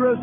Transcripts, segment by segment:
First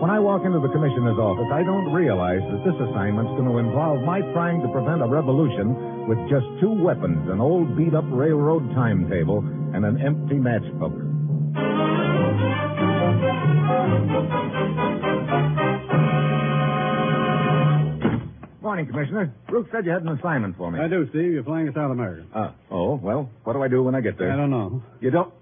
when I walk into the commissioner's office, I don't realize that this assignment's going to involve my trying to prevent a revolution with just two weapons an old beat up railroad timetable and an empty matchbook. Morning, Commissioner. Brooks said you had an assignment for me. I do, Steve. You're flying us out of America. Uh, oh, well, what do I do when I get there? I don't know. You don't?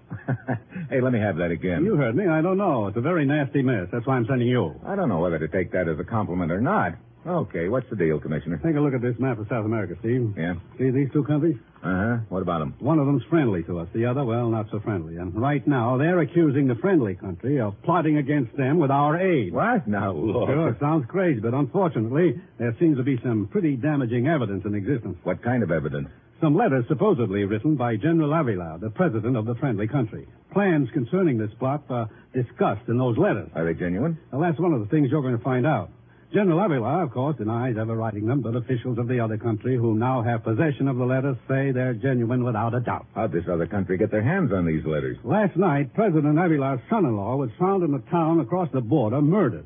hey, let me have that again. You heard me. I don't know. It's a very nasty mess. That's why I'm sending you. I don't know whether to take that as a compliment or not. Okay, what's the deal, Commissioner? Take a look at this map of South America, Steve. Yeah? See these two countries? Uh-huh. What about them? One of them's friendly to us, the other, well, not so friendly. And right now, they're accusing the friendly country of plotting against them with our aid. What? Now, look. Sure, sounds crazy, but unfortunately, there seems to be some pretty damaging evidence in existence. What kind of evidence? Some letters supposedly written by General Avila, the president of the friendly country. Plans concerning this plot are discussed in those letters. Are they genuine? Well, that's one of the things you're going to find out. General Avila, of course, denies ever writing them, but officials of the other country who now have possession of the letters say they're genuine without a doubt. How'd this other country get their hands on these letters? Last night, President Avila's son-in-law was found in a town across the border murdered.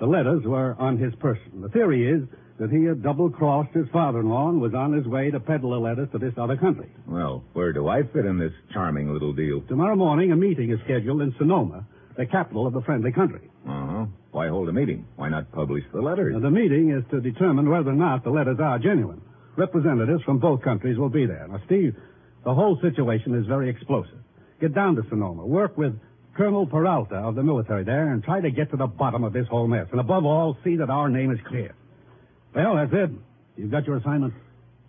The letters were on his person. The theory is that he had double-crossed his father-in-law and was on his way to peddle the letters to this other country. Well, where do I fit in this charming little deal? Tomorrow morning, a meeting is scheduled in Sonoma, the capital of the friendly country. Uh-huh. Why hold a meeting? Why not publish the letters? Now, the meeting is to determine whether or not the letters are genuine. Representatives from both countries will be there. Now, Steve, the whole situation is very explosive. Get down to Sonoma. Work with Colonel Peralta of the military there and try to get to the bottom of this whole mess. And above all, see that our name is clear. Well, that's it. You've got your assignment.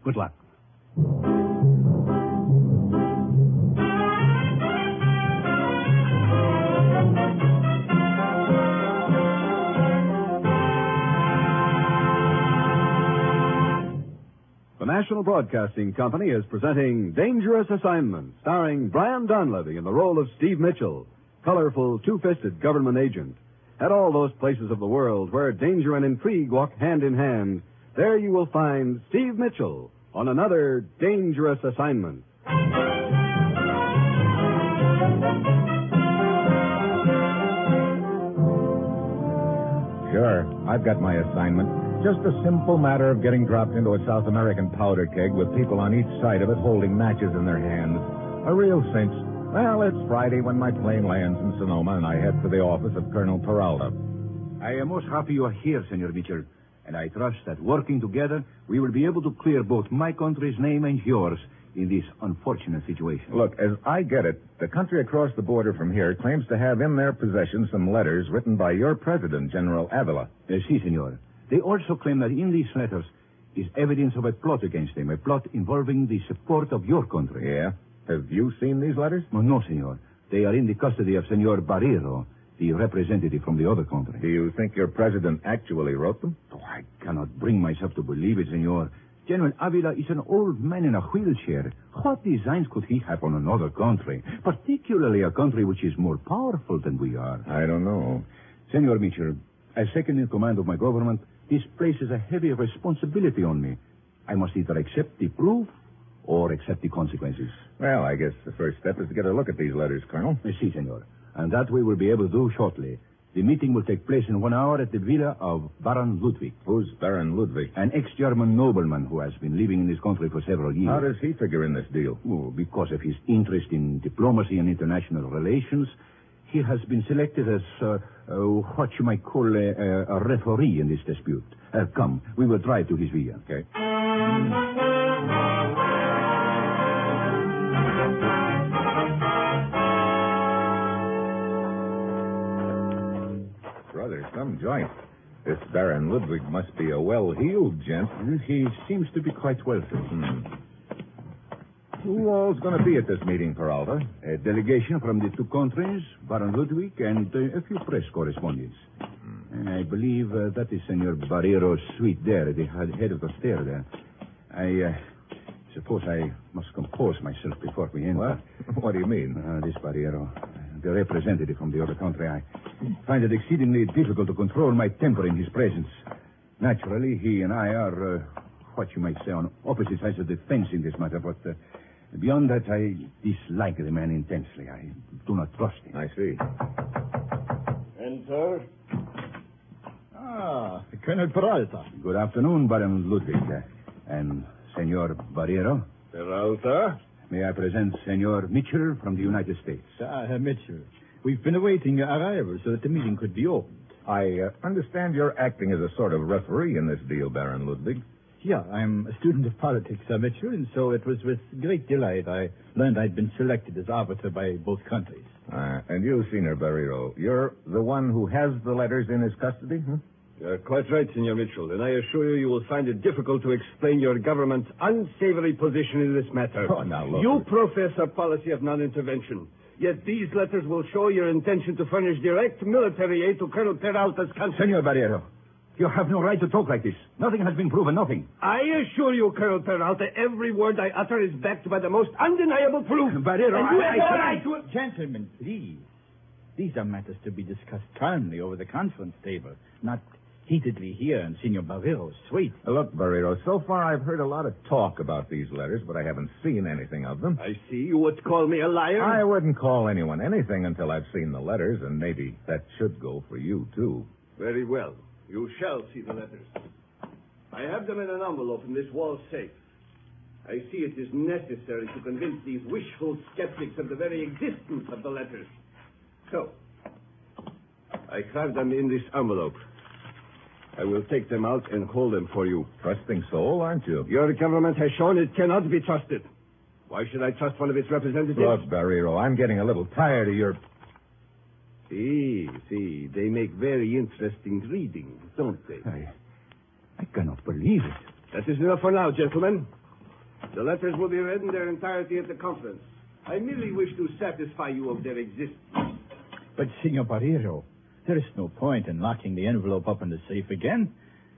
Good luck. The National Broadcasting Company is presenting Dangerous Assignment, starring Brian Donlevy in the role of Steve Mitchell, colorful, two fisted government agent. At all those places of the world where danger and intrigue walk hand in hand, there you will find Steve Mitchell on another Dangerous Assignment. Sure. I've got my assignment. Just a simple matter of getting dropped into a South American powder keg with people on each side of it holding matches in their hands. A real cinch. Well, it's Friday when my plane lands in Sonoma and I head for the office of Colonel Peralta. I am most happy you are here, Senor Mitchell, and I trust that working together we will be able to clear both my country's name and yours in this unfortunate situation. Look, as I get it, the country across the border from here claims to have in their possession some letters written by your president, General Avila. Uh, si, senor. They also claim that in these letters is evidence of a plot against them, a plot involving the support of your country. Yeah? Have you seen these letters? No, no, senor. They are in the custody of Senor Barrero, the representative from the other Do country. you think your president actually wrote them? Oh, I cannot bring myself to believe it, senor. General Avila is an old man in a wheelchair. What designs could he have on another country, particularly a country which is more powerful than we are? I don't know. Senor Mitchell, as second in command of my government, this places a heavy responsibility on me. I must either accept the proof or accept the consequences. Well, I guess the first step is to get a look at these letters, Colonel. Uh, Si, senor. And that we will be able to do shortly. The meeting will take place in one hour at the villa of Baron Ludwig, Who's Baron Ludwig? an ex-German nobleman who has been living in this country for several years. How does he figure in this deal? Oh, because of his interest in diplomacy and international relations, he has been selected as uh, uh, what you might call a, a, a referee in this dispute. Uh, come, we will drive to his villa. Okay. Brother, some joint. This Baron Ludwig must be a well-heeled gent. He seems to be quite wealthy. Hmm. Who all's going to be at this meeting, Peralta? A delegation from the two countries, Baron Ludwig, and uh, a few press correspondents. I believe uh, that is Senor Barrero's suite there at the head head of the stair there. I uh, suppose I must compose myself before we enter. What? What do you mean? Uh, this Barriero, the representative from the other country, I find it exceedingly difficult to control my temper in his presence. Naturally, he and I are, uh, what you might say, on opposite sides of the fence in this matter, but uh, beyond that, I dislike the man intensely. I do not trust him. I see. Enter. Ah, Colonel Peralta. Good afternoon, Baron Ludwig. Uh, and Senor Barriero, Peralta? may I present Senor Mitchell from the United States? Ah, Herr Mitchell. We've been awaiting your arrival so that the meeting could be opened. I uh, understand you're acting as a sort of referee in this deal, Baron Ludwig. Yeah, I'm a student of politics, Herr Mitchell, and so it was with great delight I learned I'd been selected as arbiter by both countries. Uh, and you, Senor Barrero, you're the one who has the letters in his custody? hmm? Huh? You're Uh, quite right, Senor Mitchell, and I assure you you will find it difficult to explain your government's unsavory position in this matter. Oh, now look. Uh, You profess a policy of non-intervention, yet these letters will show your intention to furnish direct military aid to Colonel Peralta's country. Senor Barriero, you have no right to talk like this. Nothing has been proven, nothing. I assure you, Colonel Peralta, every word I utter is backed by the most undeniable proof. Barrero, and you I- have I- no right to... Gentlemen, please. These are matters to be discussed calmly over the conference table, not heatedly here in Senor Barrero's suite. Look, Barrero, so far I've heard a lot of talk about these letters, but I haven't seen anything of them. I see you would call me a liar. I wouldn't call anyone anything until I've seen the letters, and maybe that should go for you, too. Very well. You shall see the letters. I have them in an envelope in this wall safe. I see it is necessary to convince these wishful skeptics of the very existence of the letters. So, I have them in this envelope. I will take them out and hold them for you. Trusting soul, aren't you? Your government has shown it cannot be trusted. Why should I trust one of its representatives? Look, Barrero, I'm getting a little tired of your. See, see, they make very interesting reading, don't they? I, I cannot believe it. That is enough for now, gentlemen. The letters will be read in their entirety at the conference. I merely wish to satisfy you of their existence. But, Senor Barrero, there is no point in locking the envelope up in the safe again.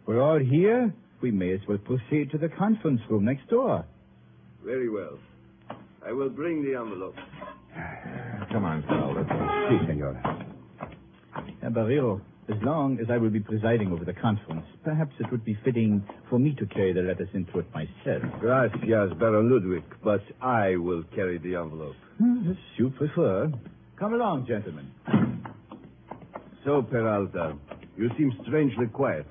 We're all here. We may as well proceed to the conference room next door. Very well. I will bring the envelope. Come on, Sal. Let's... See, senor. Herr Barrero, as long as I will be presiding over the conference, perhaps it would be fitting for me to carry the letters into it myself. Gracias, Baron Ludwig, but I will carry the envelope. Hmm, As you prefer. Come along, gentlemen. So, Peralta, you seem strangely quiet.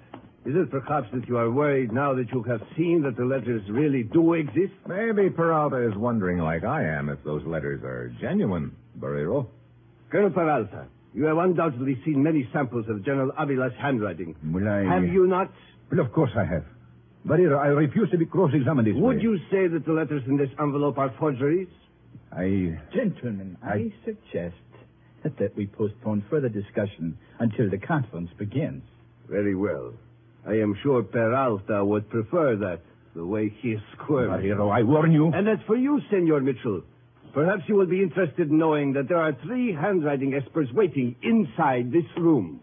Is it perhaps that you are worried now that you have seen that the letters really do exist? Maybe Peralta is wondering, like I am, if those letters are genuine, Barrero. Colonel Peralta, you have undoubtedly seen many samples of General Avila's handwriting. Will I... Have you not? Well, of course I have. Barrero, I refuse to be cross-examined this Would way. you say that the letters in this envelope are forgeries? I... Gentlemen, I, I- suggest that, that we postpone further discussion until the conference begins. Very well. I am sure Peralta would prefer that, the way he is squirming. Barrero, I warn you. And as for you, Senor Mitchell, perhaps you will be interested in knowing that there are three handwriting experts waiting inside this room.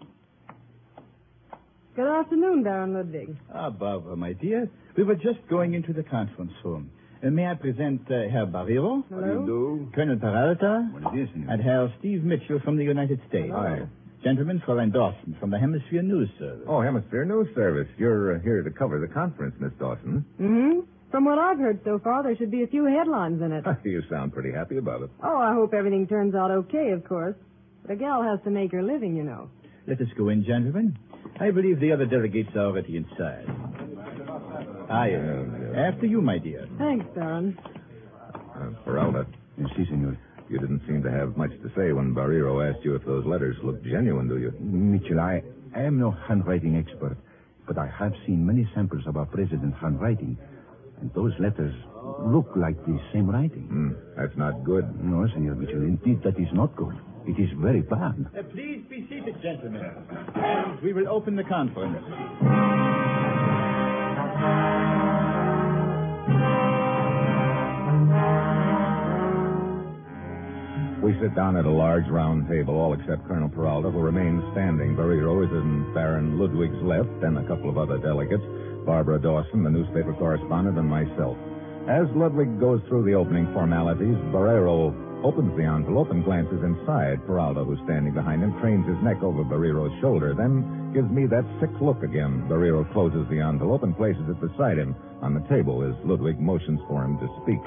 Good afternoon, Baron Ludwig. Ah, Barbara, my dear, we were just going into the conference room. Uh, may I present uh, Herr Barrero, Hello. do? Colonel Peralta, What is this, senor? and Herr Steve Mitchell from the United States. Hi. Gentlemen, Fräulein Dawson from the Hemisphere News Service. Oh, Hemisphere News Service. You're uh, here to cover the conference, Miss Dawson. Mm-hmm. From what I've heard so far, there should be a few headlines in it. you sound pretty happy about it. Oh, I hope everything turns out okay, of course. But a gal has to make her living, you know. Let us go in, gentlemen. I believe the other delegates are already inside. Aye. After you, my dear. Thanks, Baron. Uh, Peralta, Si, senor. you didn't seem to have much to say when Barrero asked you if those letters looked genuine, do you? Mitchell, I, I am no handwriting expert, but I have seen many samples of our president's handwriting, and those letters look like the same writing. Hmm, that's not good. No, Senor Mitchell, indeed that is not good. It is very bad. Uh, please be seated, gentlemen. And we will open the conference. We We sit down at a large round table, all except Colonel Peralta, who remains standing. Barrero is in Baron Ludwig's left, and a couple of other delegates, Barbara Dawson, the newspaper correspondent, and myself. As Ludwig goes through the opening formalities, Barrero opens the envelope and glances inside. Peralta, who's standing behind him, cranes his neck over Barrero's shoulder, then gives me that sick look again. Barrero closes the envelope and places it beside him on the table as Ludwig motions for him to speak.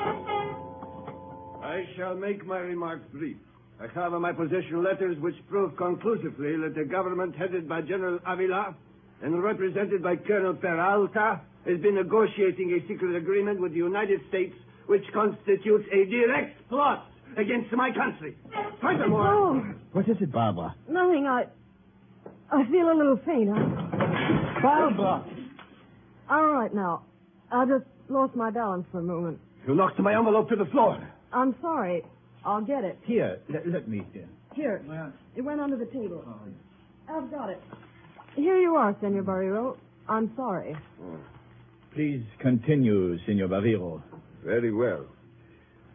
I shall make my remarks brief. I have in my possession letters which prove conclusively that the government headed by General Avila and represented by Colonel Peralta has been negotiating a secret agreement with the United States which constitutes a direct plot against my country. Furthermore, Oh, What is it, Barbara? nothing. I. I feel a little faint. I, Barbara! all right now. I just lost my balance for a moment. you knocked my envelope to the floor. I'm sorry. I'll get it. Here, let, let me. Here. It went under the table. I've got it. Here you are, Senor Barrero. I'm sorry. Please continue, Senor Barrero. Very well.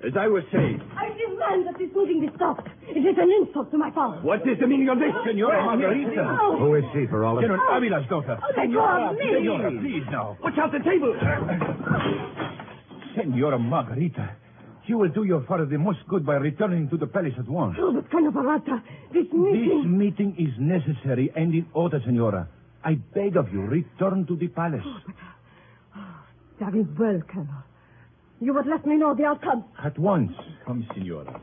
As I was saying, I demand that this meeting be stopped. It is an insult to my father. what is the meaning of this, Senora Margarita? Oh, Who is she, Peralta? General Avila's daughter. oh, let go of me. Senora, please now. Watch out the table. Senora Margarita, you will do your father the most good by returning to the palace at once. Oh, but Colonel Barata, this meeting. This meeting is necessary and in order, Senora. I beg of you, return to the palace. Very well, Colonel. You would let me know the outcome. At once. Ah, Come, Senora.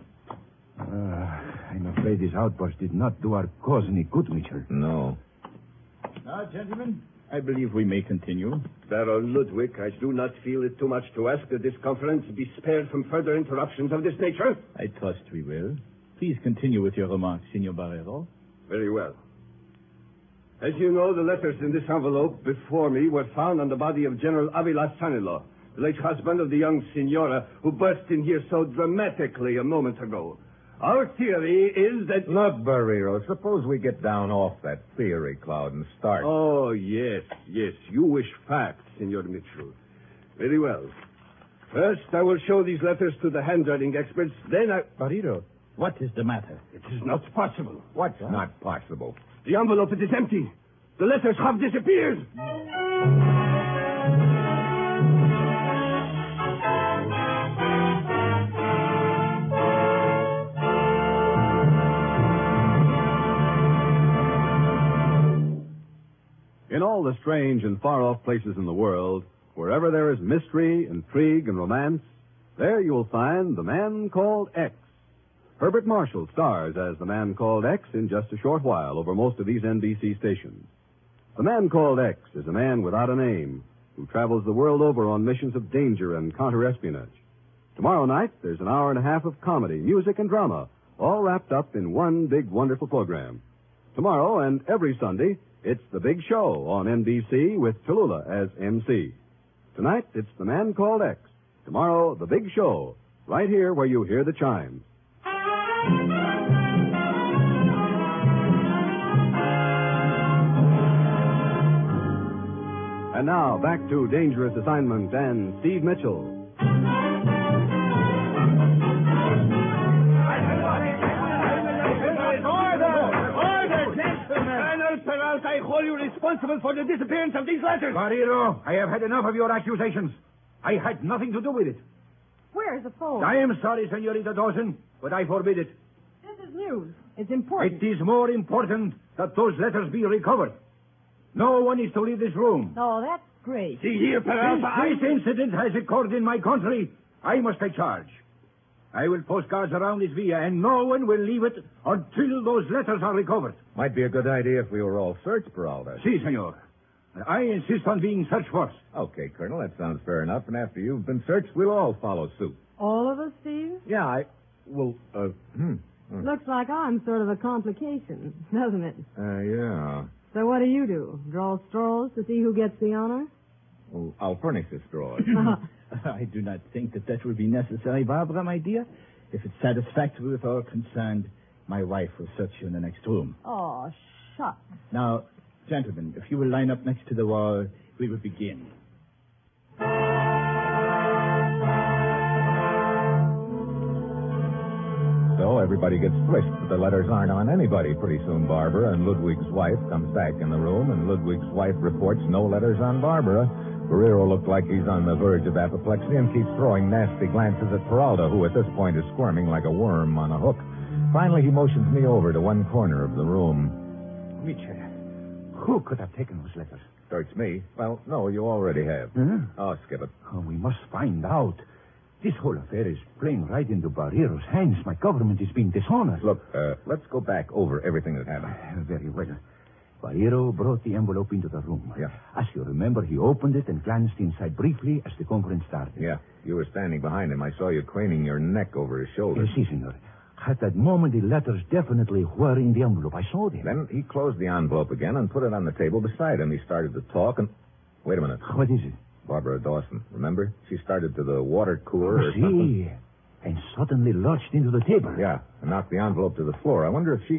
I'm afraid this outburst did not do our cause any good, Mitchell. No. Now, gentlemen, I believe we may continue. Baron Ludwig, I do not feel it too much to ask that this conference be spared from further interruptions of this nature. I trust we will. Please continue with your remarks, Senor Barrero. Very well. As you know, the letters in this envelope before me were found on the body of General Avila's son-in-law, the late husband of the young senora who burst in here so dramatically a moment ago. Our theory is that... Look, Barrero, suppose we get down off that theory cloud and start. Oh, yes, yes. You wish facts, Senor Mitchell. Very well. First, I will show these letters to the handwriting experts. Then I... Barrero, what is the matter? It is not possible. What's not possible? The envelope it is empty. The letters have disappeared. In all the strange and far off places in the world, wherever there is mystery, intrigue, and romance, there you will find The Man Called X. Herbert Marshall stars as The Man Called X in just a short while over most of these NBC stations. The Man Called X is a man without a name who travels the world over on missions of danger and counterespionage. Tomorrow night, there's an hour and a half of comedy, music, and drama, all wrapped up in one big, wonderful program. Tomorrow and every Sunday, it's The Big Show on NBC with Tallulah as MC. Tonight, it's The Man Called X. Tomorrow, The Big Show, right here where you hear the chimes. And now, back to Dangerous Assignment and Steve Mitchell. Colonel Peralta, I hold you responsible for the disappearance of these letters. Barrero, I have had enough of your accusations. I had nothing to do with it. Where's the phone? I am sorry, Senorita Dawson, but I forbid it. This is news. It's important. It is more important that those letters be recovered. No one is to leave this room. Oh, that's great. See here, Since Peralta. I... this incident has occurred in my country, I must take charge. I will post guards around this villa, and no one will leave it until those letters are recovered. Might be a good idea if we were all searched, Peralta. See, senor. I insist on being searched first. Okay, Colonel, that sounds fair enough. And after you've been searched, we'll all follow suit. All of us, Steve? Yeah, I. Well, uh, hmm. Looks like I'm sort of a complication, doesn't it? Uh, yeah. So what do you do? Draw straws to see who gets the honor? Well, I'll furnish this drawer. I do not think that that will be necessary, Barbara, my dear. If it's satisfactory with all concerned, my wife will search you in the next room. Oh, shucks. Now, gentlemen, if you will line up next to the wall, we will begin. so, everybody gets frisked, but the letters aren't on anybody. Pretty soon, Barbara and Ludwig's wife comes back in the room, and Ludwig's wife reports no letters on Barbara. Barrero looked like he's on the verge of apoplexy and keeps throwing nasty glances at Peralta, who at this point is squirming like a worm on a hook. Finally, he motions me over to one corner of the room. Mitchell, who could have taken those letters? Search me. Well, no, you already have. Huh? Oh, skip it. Oh, we must find out. This whole affair is playing right into Barrero's hands. My government is being dishonored. Look, uh, let's go back over everything that happened. Very well. Barrero brought the envelope into the room. Yeah. As you remember, he opened it and glanced inside briefly as the conference started. Yeah, you were standing behind him. I saw you craning your neck over his shoulder. Yes, see, senor. At that moment, the letters definitely were in the envelope. I saw them. Then he closed the envelope again and put it on the table beside him. He started to talk and. Wait a minute. What is it? Barbara Dawson, remember? She started to the water cooler or see. something. And suddenly lurched into the table. Yeah, and knocked the envelope to the floor. I wonder if she.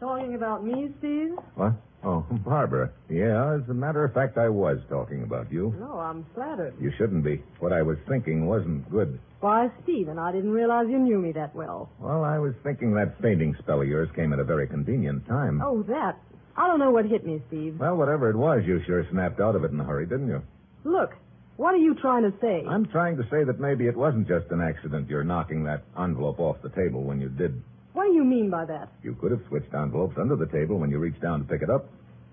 Talking about me, Steve? What? Oh, Barbara. Yeah, as a matter of fact, I was talking about you. No, I'm flattered. You shouldn't be. What I was thinking wasn't good. Why, Steve, and I didn't realize you knew me that well. Well, I was thinking that fainting spell of yours came at a very convenient time. Oh, that. I don't know what hit me, Steve. Well, whatever it was, you sure snapped out of it in a hurry, didn't you? Look, what are you trying to say? I'm trying to say that maybe it wasn't just an accident you're knocking that envelope off the table when you did. What do you mean by that? You could have switched envelopes under the table when you reached down to pick it up.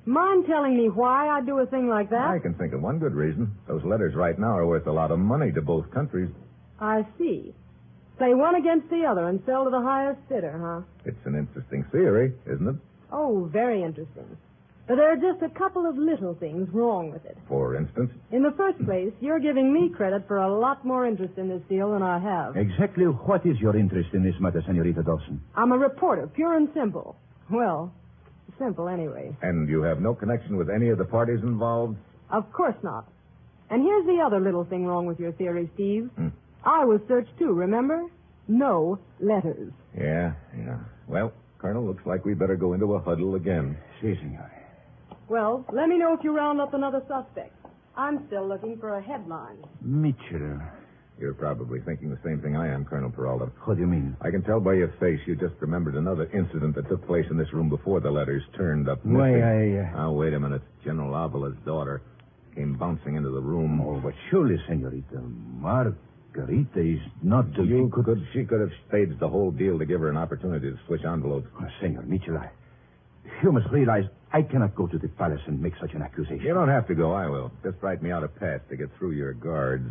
Mind telling me why I do a thing like that? I can think of one good reason. Those letters right now are worth a lot of money to both countries. I see. Play one against the other and sell to the highest bidder, huh? It's an interesting theory, isn't it? Oh, very interesting. But there are just a couple of little things wrong with it. For instance, In the first place, you're giving me credit for a lot more interest in this deal than I have. Exactly what is your interest in this matter, Senorita Dawson? I'm a reporter, pure and simple. Well, simple anyway. and you have no connection with any of the parties involved. Of course not. And here's the other little thing wrong with your theory, Steve. Hmm. I was searched too, remember? No letters. Yeah, yeah. Well, Colonel, looks like we better go into a huddle again. Si, senor. Well, let me know if you round up another suspect. I'm still looking for a headline. Mitchell. You're probably thinking the same thing I am, Colonel Peralta. What do you mean? I can tell by your face you just remembered another incident that took place in this room before the letters turned up. missing. I. uh, Now, wait a minute. General Avala's daughter came bouncing into the room. Oh, but surely, Senorita Margarita is not the. you could, she could have staged the whole deal to give her an opportunity to switch envelopes. Oh, Senor Mitchell, I. You must realize I cannot go to the palace and make such an accusation. You don't have to go. I will. Just write me out a pass to get through your guards.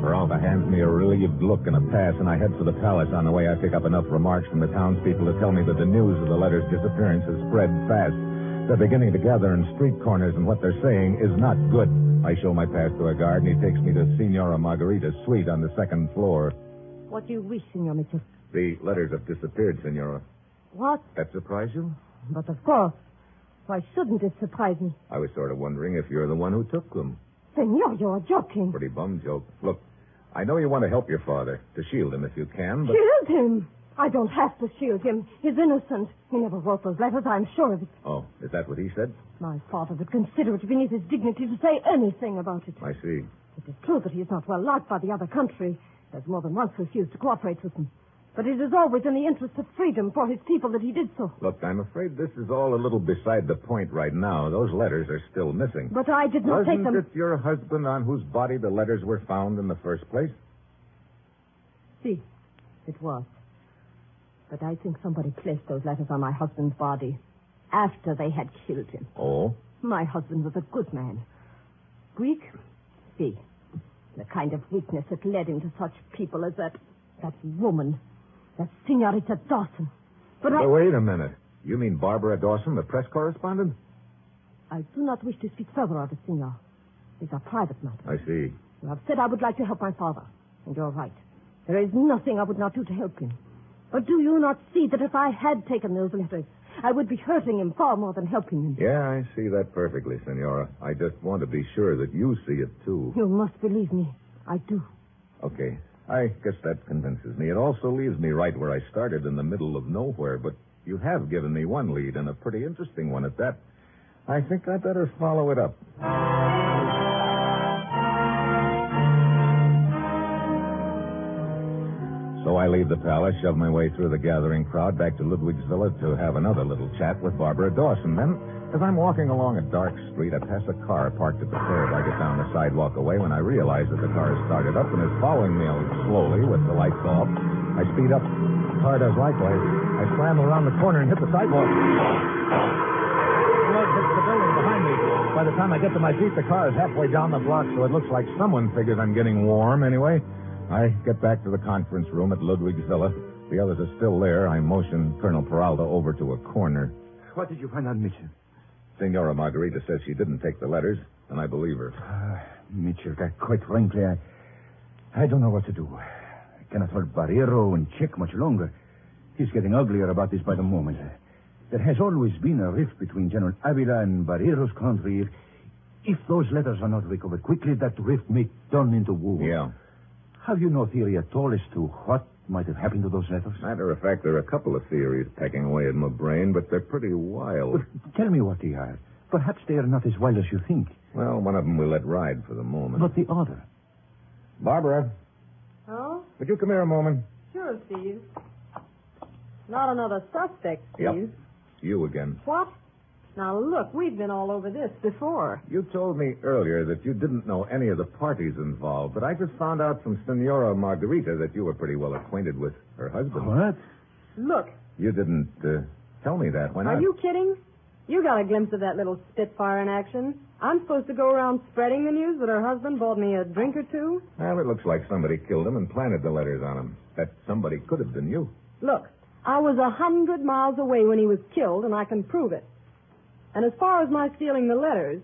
Peralta hands me a relieved look and a pass, and I head for the palace. On the way, I pick up enough remarks from the townspeople to tell me that the news of the letter's disappearance has spread fast. They're beginning to gather in street corners, and what they're saying is not good. I show my pass to a guard, and he takes me to Signora Margarita's suite on the second floor. What do you wish, Senor Mitchell? The letters have disappeared, Senora. What? That surprise you? But of course. Why shouldn't it surprise me? I was sort of wondering if you're the one who took them. Senor, you're joking. Pretty bum joke. Look, I know you want to help your father, to shield him if you can, but. Shield him! I don't have to shield him. He's innocent. He never wrote those letters, I'm sure of it. Oh, is that what he said? My father would consider it beneath his dignity to say anything about it. I see. It is true that he is not well liked by the other country. He has more than once refused to cooperate with them. But it is always in the interest of freedom for his people that he did so. Look, I'm afraid this is all a little beside the point right now. Those letters are still missing. But I did not Wasn't take them. it your husband on whose body the letters were found in the first place? See, it was. But I think somebody placed those letters on my husband's body after they had killed him. Oh? My husband was a good man. Weak? See, the kind of weakness that led him to such people as that, that woman, that Senorita Dawson. But I, But wait a minute. You mean Barbara Dawson, the press correspondent? I do not wish to speak further of it, Senor. It's a private matter. I see. You have said I would like to help my father, and you're right. There is nothing I would not do to help him. But do you not see that if I had taken those letters, I would be hurting him far more than helping him? Yeah, I see that perfectly, Senora. I just want to be sure that you see it, too. You must believe me. I do. Okay. I guess that convinces me. It also leaves me right where I started in the middle of nowhere, but you have given me one lead, and a pretty interesting one at that. I think I better follow it up. So I leave the palace, shove my way through the gathering crowd back to Ludwig's villa to have another little chat with Barbara Dawson. Then, as I'm walking along a dark street, I pass a car parked at the curb. I get down the sidewalk away when I realize that the car has started up and is following me slowly with the lights off. I speed up. The car does likewise. I slam around the corner and hit the sidewalk. The road hits the building behind me. By the time I get to my feet, the car is halfway down the block, so it looks like someone figures I'm getting warm anyway. I get back to the conference room at Ludwig's villa. The others are still there. I motion Colonel Peralta over to a corner. What did you find out, Mitchell? Senora Margarita says she didn't take the letters, and I believe her. Ah, Mitchell, I- quite frankly, I, I don't know what to do. I cannot hold Barrero in check much longer. He's getting uglier about this by the moment. There has always been a rift between General Avila and Barrero's country. If, if those letters are not recovered quickly, that rift may turn into war. Yeah. Have you no theory at all as to what might have happened to those letters? Matter of fact, there are a couple of theories pecking away at my brain, but they're pretty wild. Well, tell me what they are. Perhaps they are not as wild as you think. Well, one of them we let ride for the moment. But the other. Barbara, Oh? would you come here a moment? Sure, Steve. Not another suspect, Steve. Yep. You again. What? Now look, we've been all over this before. You told me earlier that you didn't know any of the parties involved, but I just found out from Senora Margarita that you were pretty well acquainted with her husband. What? Look, You didn't uh, tell me that. Why not? are you kidding? You got a glimpse of that little Spitfire in action. I'm supposed to go around spreading the news that her husband bought me a drink or two? Well, it looks like somebody killed him and planted the letters on him. That somebody could have been you. Look, I was a hundred miles away when he was killed, and I can prove it. And as far as my stealing the letters,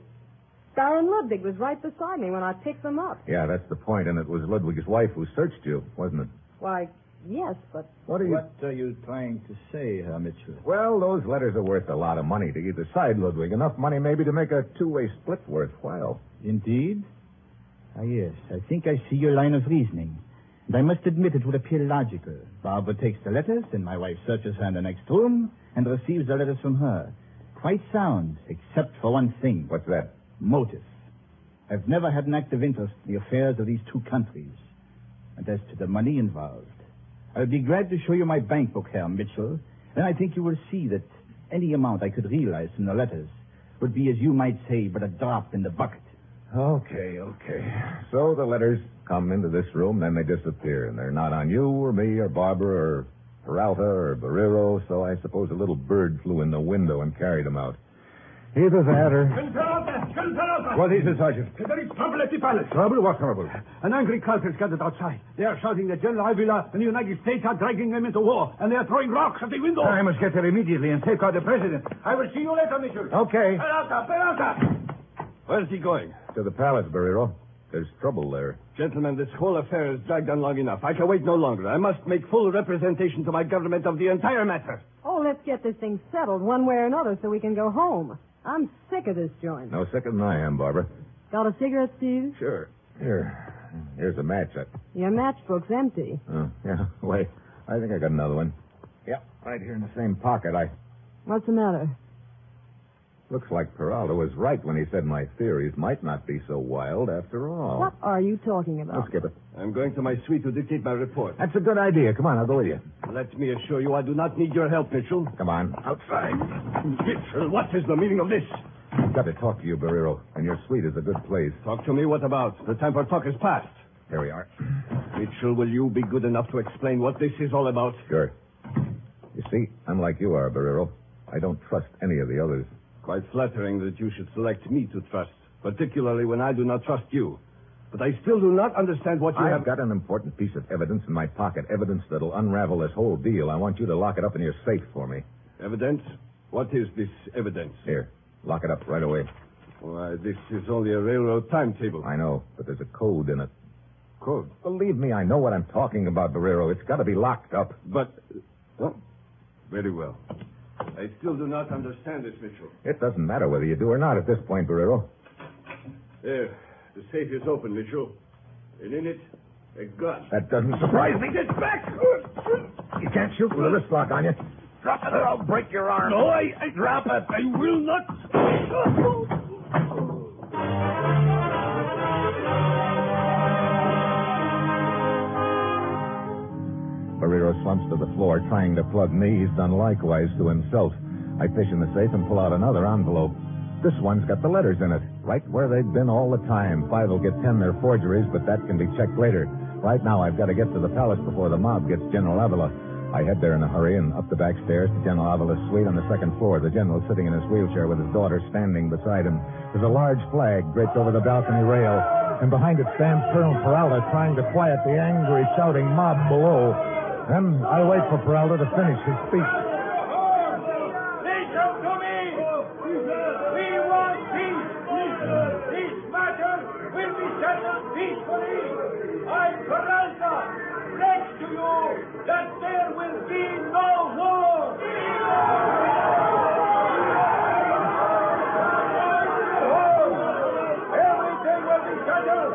Baron Ludwig was right beside me when I picked them up. Yeah, that's the point, and it was Ludwig's wife who searched you, wasn't it? Why, yes, but What are you... What are you trying to say, Herr Mitchell? Well, those letters are worth a lot of money to either side, Ludwig. Enough money maybe to make a two-way split worthwhile. Indeed? Ah, yes. I think I see your line of reasoning. And I must admit it would appear logical. Barbara takes the letters, and my wife searches her in the next room and receives the letters from her. Quite sound, except for one thing. What's that? Motive. I've never had an active interest in the affairs of these two countries. And as to the money involved, I'll be glad to show you my bank book, Herr Mitchell. Then I think you will see that any amount I could realize from the letters would be, as you might say, but a drop in the bucket. Okay, okay. So the letters come into this room, then they disappear, and they're not on you or me or Barbara or Peralta or Barrero, so I suppose a little bird flew in the window and carried them out. Either that or... What is it, Sergeant? There is trouble at the palace. Trouble? What trouble? An angry crowd has gathered outside. They are shouting that General Avila and the United States are dragging them into war, and they are throwing rocks at the window. I must get there immediately and safeguard the president. I will see you later, Mitchell. Okay. Peralta, Peralta! Where's he going? To the palace, Barrero. There's trouble there. Gentlemen, this whole affair has dragged on long enough. I can wait no longer. I must make full representation to my government of the entire matter. Oh, let's get this thing settled one way or another so we can go home. I'm sick of this joint. No second than I am, Barbara. Got a cigarette, Steve? Sure. Here. Here's a match. I- Your matchbook's empty. Oh, yeah. Wait. I think I got another one. Yep, right here in the same pocket. I What's the matter? looks like Peralta was right when he said my theories might not be so wild after all. What are you talking I'll about? skip it. I'm going to my suite to dictate my report. That's a good idea. Come on, I'll go with you. Let me assure you I do not need your help, Mitchell. Come on. Outside. Mitchell, what is the meaning of this? I've got to talk to you, Barrero, and your suite is a good place. Talk to me, what about? The time for talk is past. Here we are. Mitchell, will you be good enough to explain what this is all about? Sure. You see, I'm like you are, Barrero. I don't trust any of the others. Quite flattering that you should select me to trust, particularly when I do not trust you. But I still do not understand what you I've have. got an important piece of evidence in my pocket, evidence that'll unravel this whole deal. I want you to lock it up in your safe for me. Evidence? What is this evidence? Here, lock it up right away. Why, this is only a railroad timetable. I know, but there's a code in it. Code. Believe me, I know what I'm talking about, Barrero. It's got to be locked up. But. Oh, very well. I still do not understand this, Mitchell. It doesn't matter whether you do or not at this point, Barrero. There. The safe is open, Mitchell. And in it, a gun. That doesn't surprise me. Get back! You can't shoot with a wrist lock on you. Drop it or I'll break your arm. No, I, I drop it. I will not. slumps to the floor, trying to plug me. He's done likewise to himself. I fish in the safe and pull out another envelope. This one's got the letters in it, right where they've been all the time. Five will get ten they're forgeries, but that can be checked later. Right now, I've got to get to the palace before the mob gets General Avila. I head there in a hurry and up the back stairs to General Avila's suite on the second floor. The general's sitting in his wheelchair with his daughter standing beside him. There's a large flag draped over the balcony rail, and behind it stands Colonel Peralta trying to quiet the angry, shouting mob below. Then I wait for Peralta to finish his speech. Listen to me! We want peace! This matter will be settled peacefully! I, Peralta, pledge to you that there will be no war! Everything will be settled!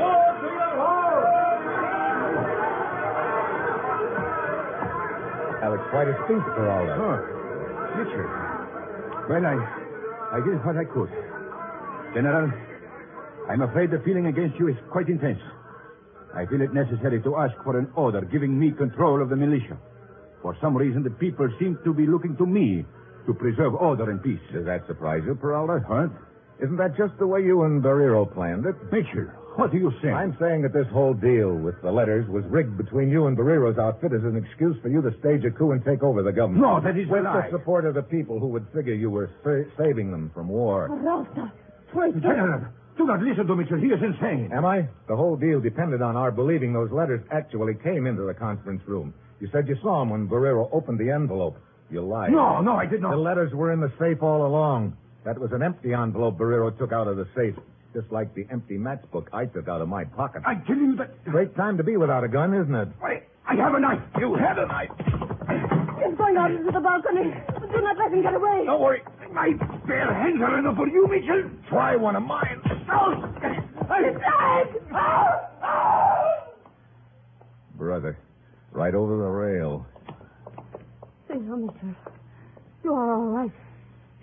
Go to your home! That was quite a speech, Peralta. Oh, Richard. Well, I, I did what I could. General, I'm afraid the feeling against you is quite intense. I feel it necessary to ask for an order giving me control of the militia. For some reason, the people seem to be looking to me to preserve order and peace. Does that surprise you, Peralta? Huh? Isn't that just the way you and Barrero planned it? Mitchell, what are you saying? I'm saying that this whole deal with the letters was rigged between you and Barrero's outfit as an excuse for you to stage a coup and take over the government. No, that is With a lie. the support of the people who would figure you were sa- saving them from war. Peralta, General, do not listen to Mitchell. He is insane. Am I? The whole deal depended on our believing those letters actually came into the conference room. You said you saw them when Barrero opened the envelope. You lied. No, no, I did not. The letters were in the safe all along. That was an empty envelope Barrero took out of the safe, just like the empty matchbook I took out of my pocket. I tell you that. Great time to be without a gun, isn't it? I, I have a knife. You have a knife. he's going out into the balcony. Do not let him get away. Don't worry. My bare hands are enough for you, Mitchell. Try one of mine. Brother, right over the rail. Say now, mister. You are all right.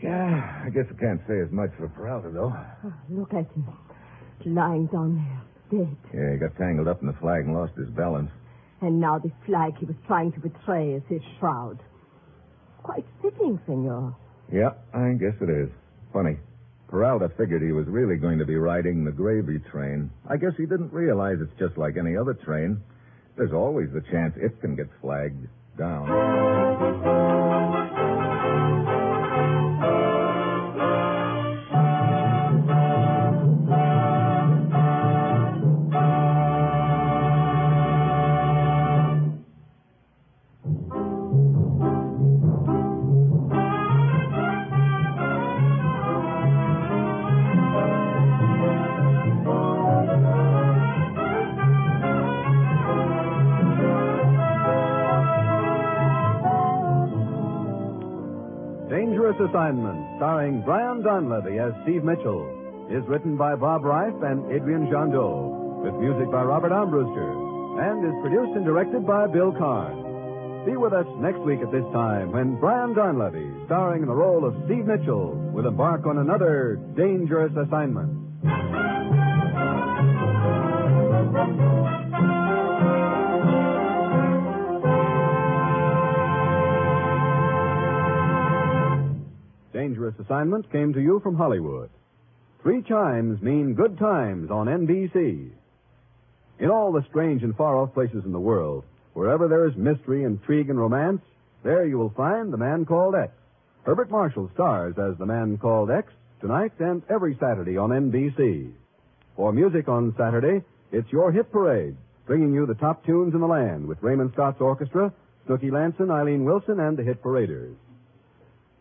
Yeah, I guess I can't say as much for Peralta, though. Oh, look at him. Lying down there, dead. Yeah, he got tangled up in the flag and lost his balance. And now the flag he was trying to betray is his shroud. Quite fitting, senor. Yeah, I guess it is. Funny. Peralta figured he was really going to be riding the gravy train. I guess he didn't realize it's just like any other train. There's always the chance it can get flagged down. Dangerous Assignment, starring Brian Donlevy as Steve Mitchell, is written by Bob Reif and Adrian Jondeau, with music by Robert Armbruster, and is produced and directed by Bill Carn. Be with us next week at this time when Brian Donlevy, starring in the role of Steve Mitchell, will embark on another dangerous assignment. Dangerous Assignment came to you from Hollywood. Three chimes mean good times on NBC. In all the strange and far off places in the world, wherever there is mystery, intrigue, and romance, there you will find the man called X. Herbert Marshall stars as the man called X tonight and every Saturday on NBC. For music on Saturday, it's your hit parade, bringing you the top tunes in the land with Raymond Scott's orchestra, Snooky Lanson, Eileen Wilson, and the hit paraders.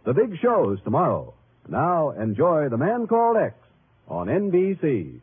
The big show's tomorrow. Now enjoy The Man Called X on NBC.